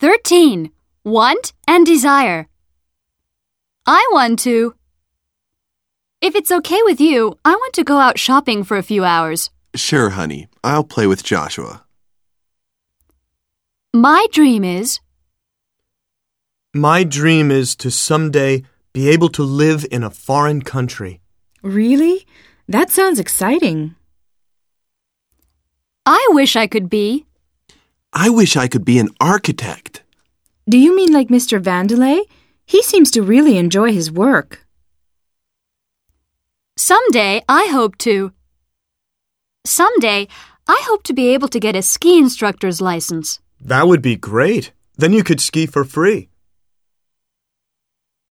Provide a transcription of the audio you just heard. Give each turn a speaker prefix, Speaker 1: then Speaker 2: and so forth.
Speaker 1: 13. Want and desire. I want to. If it's okay with you, I want to go out shopping for a few hours.
Speaker 2: Sure, honey. I'll play with Joshua.
Speaker 1: My dream is
Speaker 3: My dream is to someday be able to live in a foreign country.
Speaker 4: Really? That sounds exciting.
Speaker 1: I wish I could be.
Speaker 2: I wish I could be an architect.
Speaker 4: Do you mean like Mr. Vandelay? He seems to really enjoy his work.
Speaker 1: Someday I hope to. Someday I hope to be able to get a ski instructor's license.
Speaker 3: That would be great. Then you could ski for free.